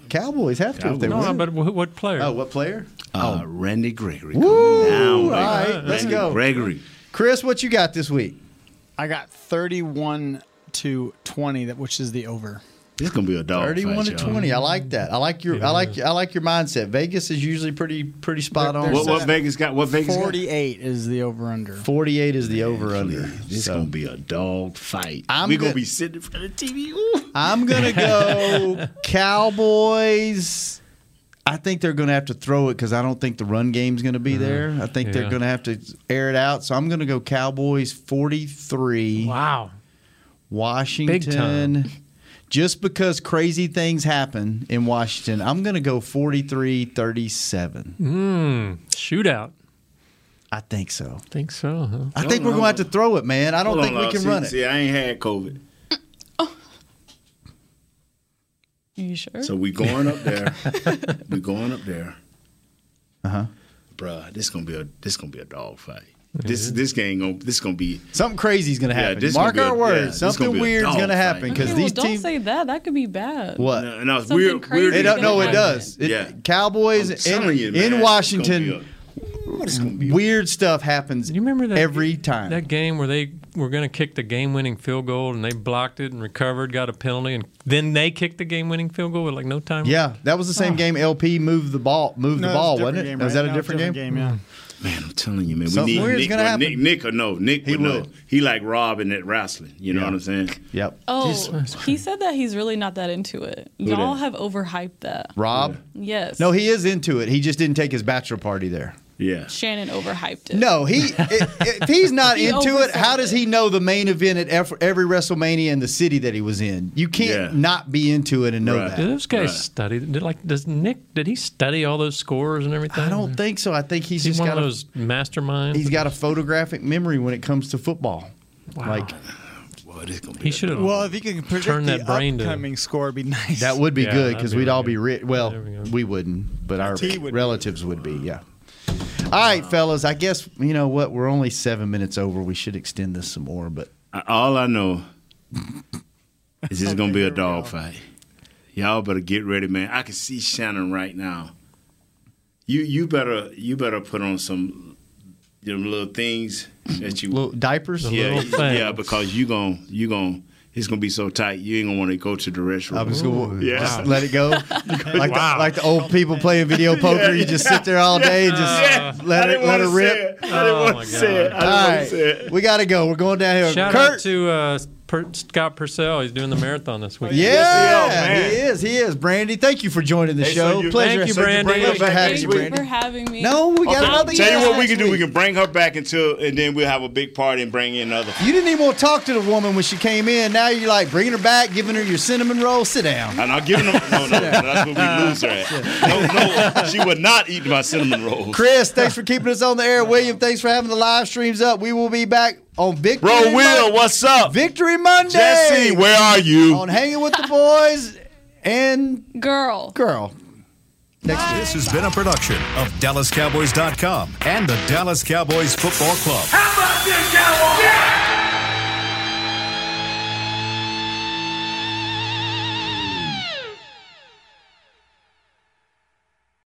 Cowboys have to if they no, win. but wh- what player? Oh, what player? Uh, Randy Gregory. Oh. Woo! Down, All right, Randy let's go. Gregory. Chris, what you got this week? I got 31 to 20, that which is the over. It's going to be a dog 31 fight, to y'all. 20. I like that. I like your I like I like your mindset. Vegas is usually pretty pretty spot on. What, what Vegas got? What Vegas got? 48 is the over under. 48 is the over under. This is going to be a dog fight. I'm We're going go- to be sitting in front of the TV. I'm gonna go Cowboys. I think they're gonna have to throw it because I don't think the run game's gonna be there. I think they're Mm-hmm. Yeah. gonna have to air it out. So I'm gonna go Cowboys 43. Wow. Washington. Just because crazy things happen in Washington, I'm going to go 43 37. Mm, shootout. I think so. Think so, huh? I think we're going to have to throw it, man. I don't Hold think on, we Lyle. can See- run it. See, I ain't had COVID. You sure? So we going up there. we going up there. Uh huh. Bruh, this gonna be a this gonna be a dog fight. This this game gonna this gonna be Something crazy's gonna Yeah, happen. this Mark gonna be our a- yeah, words. this gonna Something be a weird's dog gonna fight. happen because Okay, these well, teams. Don't say that. That could be bad. What? No, no, it's Mm-hmm. Something weird. crazy weird It don't, is no, gonna it happen. does. It, yeah. I'm Cowboys in, telling you, man, it's in gonna Washington, weird stuff happens you remember that- every time. That game where they were going to kick the game-winning field goal and they blocked it and recovered, got a penalty, and then they kicked the game-winning field goal with like no time. yeah, that was the same Oh. game. LP moved the ball, moved No, the it was a ball, different wasn't it? game, Was right? that a No, it was a different, game? different game, yeah. Man, I'm telling you, man. We Something need weird's Nick, gonna or happen. Nick. Nick or no. Nick would know. would. He like robbing at wrestling. You know Yeah. what I'm saying? Yep. Oh, he said that he's really not that into it. Who Y'all did? have overhyped that. Rob? Yes. No, he is into it. He just didn't take his bachelor party there. Yeah. Shannon overhyped it. No, he i- if he's not He into it, how oversold does he know the main event at ev- every WrestleMania in the city that he was in? You can't not be into it and know that. Do those guys study? Did, like, does Nick? Did he study all those scores and everything? I don't think so. I think he's he just one got of a- those masterminds. He's got a photographic memory when it comes to football. Like he should have. Well, if you can predict Turn the that brain to- upcoming score, it'd be nice. that would be Yeah, good that'd because be we'd really all be rich. Well, we, wouldn't, but our He would be. relatives would be. Yeah. All right, fellas. I guess you know what. We're only seven minutes over. We should extend this some more, but I- All I know is it's gonna be a dog fight. Y'all better get ready, man. I can see Shannon right now. You you better you better put on some them little things that you little diapers. Yeah, yeah, because you gon' you gon' it's gonna be so tight. You ain't gonna want to go to the restroom. I'm just gonna yeah. just let it go, like, Wow. the, like the old people playing video poker. You just sit there all day and just Yeah. let I it didn't let it wanna say rip. it. I didn't Oh, wanna my say it. I didn't All wanna right. say it. we gotta go. We're going down here. Shout Kurt, out to uh, per, Scott Purcell. He's doing the marathon this week. Oh, yeah, he is. He is. Brandy, thank you for joining the Hey, so show. you- Pleasure. Thank you, Brandy. Pleasure Thank having you, you Brandy. for having me. No, we got Okay, another Tell you guest what we next can do. We week. can bring her back until, and then we'll have a big party and bring in another. You didn't even want to talk to the woman when she came in. Now you're like bringing her back, giving her your cinnamon roll. Sit down. And I'll give them. No, no, that's what we lose her at. No, no, she would not eat my cinnamon rolls. Chris, thanks for keeping us on the air. William, thanks for having the live streams up. We will be back on Victory. Bro, Will, Mon- what's up? Victory Monday. Jesse, where are you? On hanging with the boys and girl. Girl. This has been a production of DallasCowboys.com and the Dallas Cowboys Football Club. How about this, Cowboys? Yeah!